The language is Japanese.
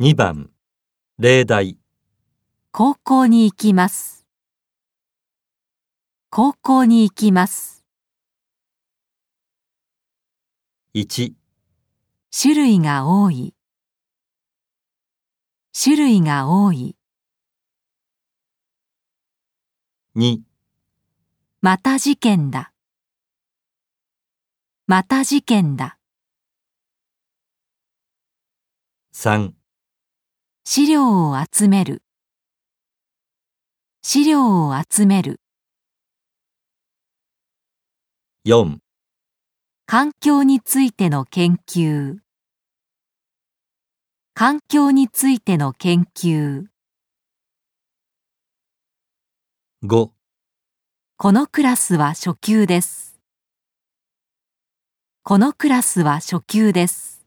2番、例題、高校に行きます。高校に行きます。 1、種類が多い。種類が多い。 2、また事件だ。また事件だ。 3、資料を集める。資料を集める。 4、環境についての研究。環境についての研究。 5、このクラスは初級です。このクラスは初級です。